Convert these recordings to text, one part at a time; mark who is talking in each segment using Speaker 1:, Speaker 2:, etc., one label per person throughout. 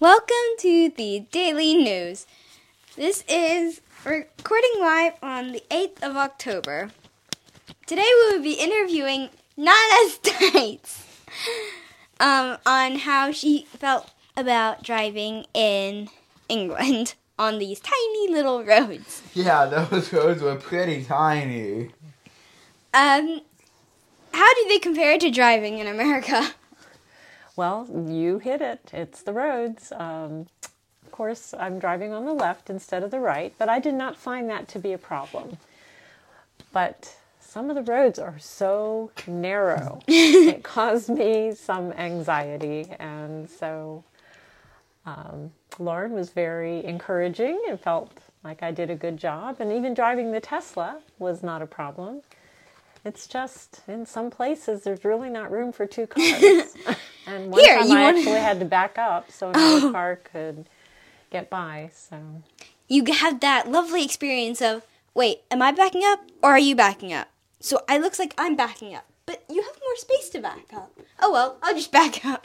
Speaker 1: Welcome to the Daily News. This is recording live on the 8th of October. Today we will be interviewing Nana Stites um, on how she felt about driving in England on these tiny little roads.
Speaker 2: Yeah, those roads were pretty tiny.
Speaker 1: Um, how do they compare to driving in America?
Speaker 3: Well, you hit it. It's the roads. Um, of course, I'm driving on the left instead of the right, but I did not find that to be a problem. But some of the roads are so narrow. it caused me some anxiety. And so um, Lauren was very encouraging and felt like I did a good job. And even driving the Tesla was not a problem. It's just in some places there's really not room for two cars. and one
Speaker 1: Here,
Speaker 3: time
Speaker 1: you Oh.
Speaker 3: I
Speaker 1: want-
Speaker 3: actually had to back up so another car could get by. So
Speaker 1: you have that lovely experience of wait am i backing up or are you backing up so i looks like i'm backing up but you have more space to back up oh well i'll just back up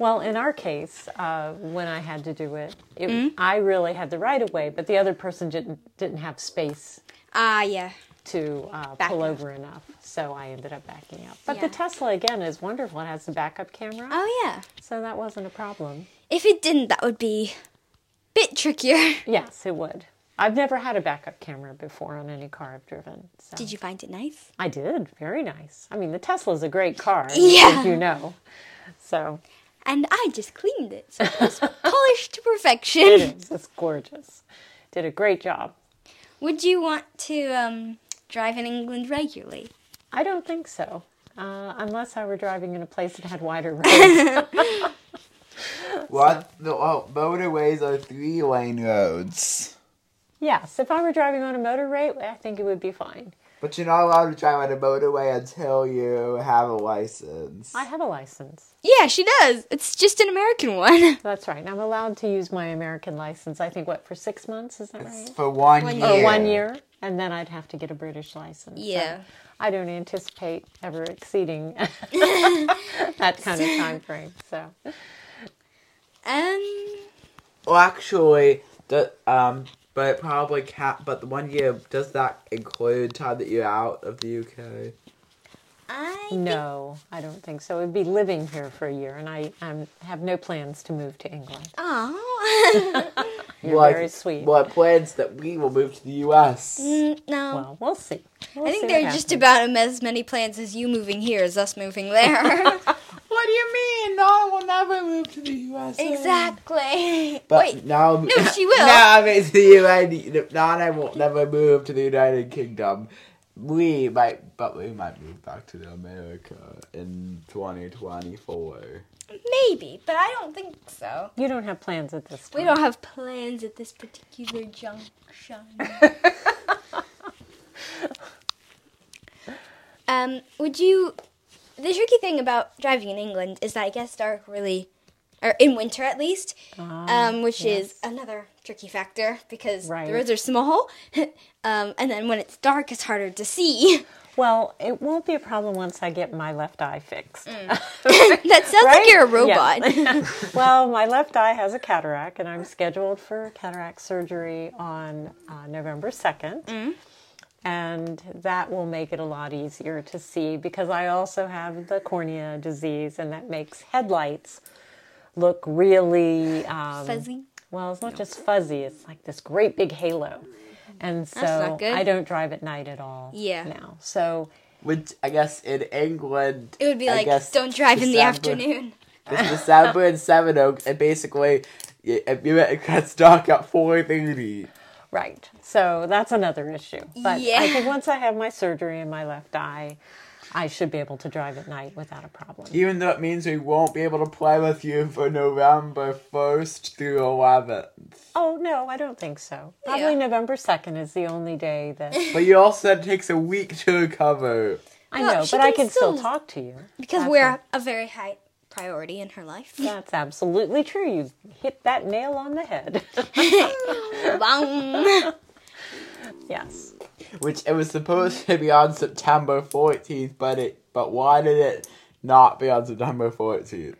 Speaker 3: well, in our case, uh, when I had to do it, it
Speaker 1: Hmm?
Speaker 3: I really had the right of way, but the other person didn't didn't have space
Speaker 1: ah yeah
Speaker 3: to uh,
Speaker 1: Back
Speaker 3: pull
Speaker 1: up.
Speaker 3: over enough, so I ended up backing up. But
Speaker 1: Yeah.
Speaker 3: the Tesla again is wonderful; it has the backup camera,
Speaker 1: oh yeah
Speaker 3: so that wasn't a problem.
Speaker 1: if it didn't that would be a bit trickier
Speaker 3: Yes, it would. I've never had a backup camera before on any car I've driven. So.
Speaker 1: did you find it nice
Speaker 3: I did. Very nice. I mean, the Tesla's a great car,
Speaker 1: Yeah.
Speaker 3: as you know. So
Speaker 1: and i just cleaned it so it was polished to
Speaker 3: it
Speaker 1: perfection
Speaker 3: is. It's gorgeous. Did a great job.
Speaker 1: would you want to um, drive in england regularly
Speaker 3: I don't think so, uh, unless I were driving in a place that had wider roads.
Speaker 2: What? The oh, motorways are three lane roads.
Speaker 3: yes, if I were driving on a motorway, I think it would be fine.
Speaker 2: But you're not allowed to drive on a motorway until you have a license.
Speaker 3: I have a license.
Speaker 1: yeah she does it's just an american one
Speaker 3: That's right. And I'm allowed to use my American license. I think what for six months is that right?
Speaker 2: For one,
Speaker 1: One
Speaker 2: year.
Speaker 3: Or one year, and then I'd have to get a British license. So
Speaker 1: Yeah.
Speaker 3: I don't anticipate ever exceeding that kind of time frame. So.
Speaker 1: um
Speaker 2: Well, actually, the, um, but it probably can't. But the one year does that include time that you're out of the UK?
Speaker 1: i
Speaker 3: No, I don't think so. I'd be living here for a year, and I um, have no plans to move to England.
Speaker 1: Oh.
Speaker 3: You're very sweet. Mm.
Speaker 2: Well, it plans that we will move to the US.
Speaker 1: no.
Speaker 3: Well, we'll see.
Speaker 1: I
Speaker 3: We'll see
Speaker 1: think
Speaker 3: what
Speaker 1: there are just
Speaker 3: happens.
Speaker 1: about as many plans as you moving here as us moving there.
Speaker 2: What do you mean? No, I will never move to the US.
Speaker 1: exactly.
Speaker 2: But
Speaker 1: Wait.
Speaker 2: now,
Speaker 1: no, she will.
Speaker 2: Now I'm in the United. Now I will never move to the United Kingdom. We might, but we might move back to America in 2024.
Speaker 1: Maybe, but I don't think so.
Speaker 3: You don't have plans at this time.
Speaker 1: We don't have plans at this particular junction. um, would you. The tricky thing about driving in England is that it gets dark really. Or in winter at least,
Speaker 3: Ah,
Speaker 1: um, which is
Speaker 3: yes.
Speaker 1: another tricky factor because
Speaker 3: Right.
Speaker 1: the roads are small, um, and then when it's dark, it's harder to see.
Speaker 3: Well, it won't be a problem once I get my left eye fixed.
Speaker 1: that sounds like
Speaker 3: Right?
Speaker 1: you're a
Speaker 3: Yes.
Speaker 1: robot.
Speaker 3: well, my left eye has a cataract, and I'm scheduled for cataract surgery on uh, November 2nd. And that will make it a lot easier to see because I also have the cornea disease, and that makes headlights look really um,
Speaker 1: Fuzzy.
Speaker 3: Well, it's not just fuzzy, it's like this great big halo. And so
Speaker 1: not good.
Speaker 3: I don't drive at night at all
Speaker 1: Yeah.
Speaker 3: now. So
Speaker 2: Which I guess in England,
Speaker 1: It would be
Speaker 2: I
Speaker 1: like
Speaker 2: guess
Speaker 1: don't drive in the
Speaker 2: December-
Speaker 1: afternoon.
Speaker 2: It's December in Seven Oaks, and basically, y- if you it gets dark at 4:30.
Speaker 3: Right. So that's another issue. But
Speaker 1: Yeah.
Speaker 3: I think once I have my surgery in my left eye, I should be able to drive at night without a problem.
Speaker 2: Even though it means we won't be able to play with you for November 1st through 11th.
Speaker 3: Oh, no, I don't think so. Probably
Speaker 1: Yeah.
Speaker 3: November 2nd is the only day that
Speaker 2: But you also said it takes a week to recover.
Speaker 3: I
Speaker 1: Well,
Speaker 3: know,
Speaker 1: she
Speaker 3: but I
Speaker 1: can
Speaker 3: can still,
Speaker 1: still-
Speaker 3: talk to you.
Speaker 1: Because
Speaker 3: That's
Speaker 1: we're
Speaker 3: a-
Speaker 1: a very high priority in her life.
Speaker 3: That's absolutely true. You hit that nail on the head.
Speaker 1: Boom.
Speaker 3: yes.
Speaker 2: Which it was supposed to be on September 14th, but it but why did it not be on September 14th?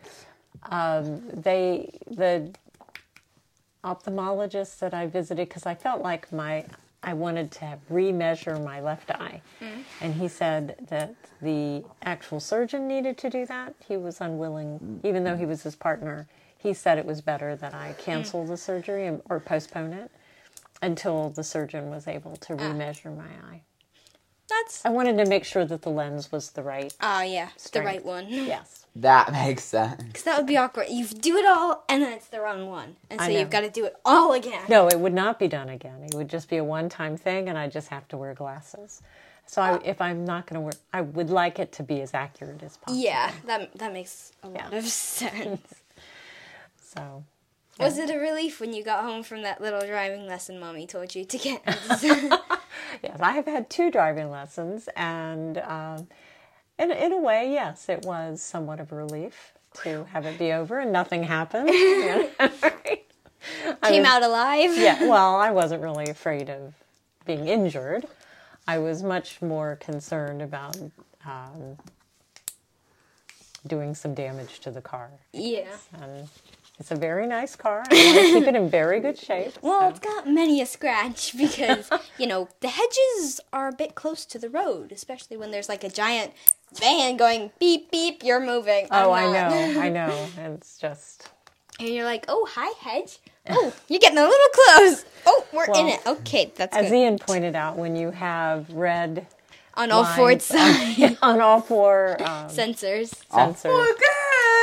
Speaker 3: Um, they the ophthalmologist that I visited because I felt like my I wanted to have, remeasure my left eye, and he said that the actual surgeon needed to do that. He was unwilling, even though he was his partner. He said it was better that I cancel the surgery and, or postpone it until the surgeon was able to remeasure my eye.
Speaker 1: That's.
Speaker 3: I wanted to make sure that the lens was the right.
Speaker 1: Ah, yeah, the
Speaker 3: Strength.
Speaker 1: right one.
Speaker 3: Yes.
Speaker 2: That makes sense.
Speaker 1: Because that would be awkward. You do it all, and then it's the wrong one. And so
Speaker 3: I
Speaker 1: you've
Speaker 3: know.
Speaker 1: got to do it all again.
Speaker 3: No, it would not be done again. It would just be a one-time thing, and I just have to wear glasses. So I, if I'm not going to wear, I would like it to be as accurate as possible.
Speaker 1: Yeah, that, that makes a lot
Speaker 3: Yeah.
Speaker 1: of sense.
Speaker 3: So
Speaker 1: Was it a relief when you got home from that little driving lesson mommy told you to get?
Speaker 3: yes, I have had two driving lessons, and um, in in a way, yes, it was somewhat of a relief to have it be over and nothing happened. You know?
Speaker 1: Came out alive?
Speaker 3: yeah, well, I wasn't really afraid of being injured. I was much more concerned about um, doing some damage to the car.
Speaker 1: Yeah.
Speaker 3: And it's a very nice car. I want to keep it in very good shape.
Speaker 1: Well, it's got many a scratch because, you know, the hedges are a bit close to the road, especially when there's like a giant van going beep beep, you're moving.
Speaker 3: oh, I
Speaker 1: I'm not.
Speaker 3: know, I know. It's just
Speaker 1: And you're like, oh, hi, hedge. Oh, you're getting a little close. Oh, we're in
Speaker 3: Well,
Speaker 1: it. Okay, that's
Speaker 3: as
Speaker 1: good.
Speaker 3: Ian pointed out when you have red
Speaker 1: On all four
Speaker 3: lines
Speaker 1: sides,
Speaker 3: on all four um,
Speaker 1: sensors.
Speaker 3: sensors.
Speaker 2: Oh, good.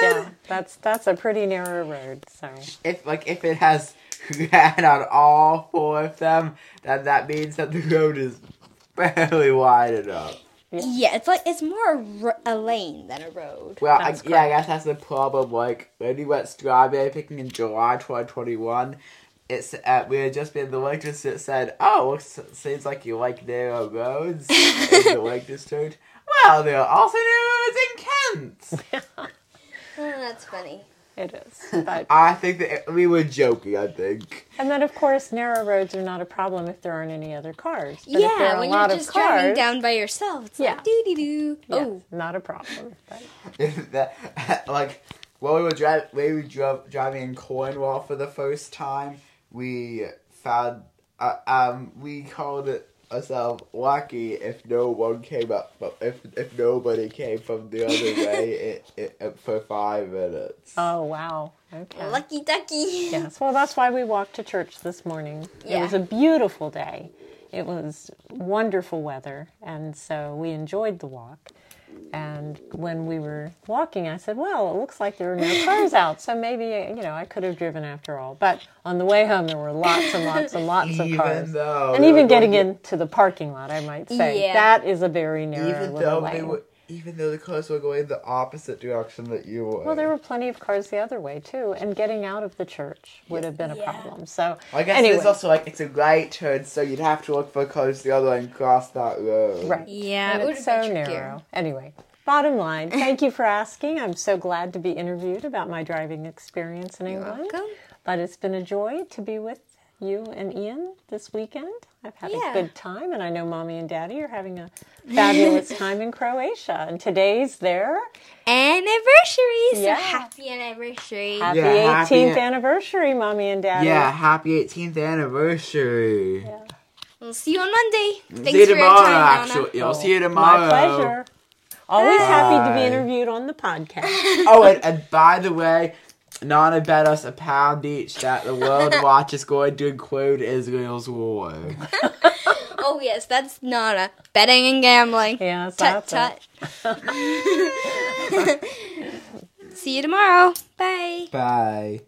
Speaker 3: Yeah, that's that's a pretty narrow road. So
Speaker 2: If like if it has red on all four of them, then that means that the road is barely wide enough.
Speaker 1: Yeah, it's like, it's more a, ro- a lane than a road.
Speaker 2: Well, I,
Speaker 3: That's
Speaker 2: yeah, I guess that's the problem. Like when we went strawberry picking in July 2021, it's uh, we had just been the waitress that said, "Oh, looks, seems like you like narrow roads." and the waitress turned, "Well, there are also narrow roads in Kent."
Speaker 1: Oh, that's funny.
Speaker 3: it is. But
Speaker 2: I think that it- we were joking. I think.
Speaker 3: and then of course narrow roads are not a problem if there aren't any other cars. But if there
Speaker 1: yeah,
Speaker 3: are
Speaker 1: when
Speaker 3: a lot
Speaker 1: you're
Speaker 3: of
Speaker 1: just
Speaker 3: cars,
Speaker 1: driving down by yourself, it's
Speaker 3: Yeah.
Speaker 1: like doo doo doo.
Speaker 3: yeah,
Speaker 1: Oh,
Speaker 3: not a problem. But
Speaker 2: that, like when we were driving, we were dri- driving in Cornwall for the first time. We found, uh, um, we called it ourselves lucky if no one came up, but if if nobody came from the other way it, it, it, for five minutes.
Speaker 3: oh wow, okay.
Speaker 1: lucky ducky.
Speaker 3: Yes, well, that's why we walked to church this morning. It
Speaker 1: Yeah.
Speaker 3: was a beautiful day. It was wonderful weather, and so we enjoyed the walk. And when we were walking, I said, "Well, it looks like there are no cars out, so maybe you know I could have driven after all." But on the way home, there were lots and lots and lots of
Speaker 2: Even
Speaker 3: cars,
Speaker 2: though
Speaker 3: and
Speaker 2: they
Speaker 3: even
Speaker 2: were
Speaker 3: getting
Speaker 2: going-
Speaker 3: into the parking lot, I might say
Speaker 1: Yeah.
Speaker 3: that is a very narrow
Speaker 2: even
Speaker 3: little
Speaker 2: though
Speaker 3: lane.
Speaker 2: they were, even though the cars were going the opposite direction that you were.
Speaker 3: Well, there were plenty of cars the other way too, and getting out of the church would have been a
Speaker 1: Yeah.
Speaker 3: problem. So
Speaker 2: I guess
Speaker 3: anyway.
Speaker 2: it's also like it's a right turn, so you'd have to look for cars the other way and cross that road.
Speaker 3: Right.
Speaker 1: Yeah, it
Speaker 3: And it's
Speaker 1: would've
Speaker 3: so
Speaker 1: been trickier.
Speaker 3: narrow. Anyway, bottom line, thank you for asking. I'm so glad to be interviewed about my driving experience in England.
Speaker 1: welcome.
Speaker 3: But it's been a joy to be with you and Ian this weekend. I've had
Speaker 1: Yeah.
Speaker 3: a good time, and I know Mommy and Daddy are having a fabulous time in Croatia. And today's their
Speaker 1: Anniversary. So
Speaker 3: Yeah.
Speaker 1: happy anniversary.
Speaker 3: happy
Speaker 2: Yeah, happy
Speaker 3: 18th
Speaker 2: an-
Speaker 3: anniversary, Mommy and Daddy.
Speaker 2: Yeah, happy 18th anniversary.
Speaker 1: We'll see you on Monday. Thanks
Speaker 2: See you
Speaker 1: for
Speaker 2: tomorrow,
Speaker 1: your time,
Speaker 2: actually.
Speaker 1: Anna.
Speaker 2: Yeah, I'll see you tomorrow.
Speaker 3: Oh, My pleasure. Always happy to be
Speaker 2: Bye.
Speaker 3: interviewed on the podcast.
Speaker 2: oh, and, and by the way, Nana bet us a pound each that the World Watch is going to include Israel's war.
Speaker 1: Oh yes, that's Nana. Betting and gambling.
Speaker 3: Yes,
Speaker 1: Tut
Speaker 3: that's it.
Speaker 1: tut. see you tomorrow. Bye.
Speaker 2: Bye.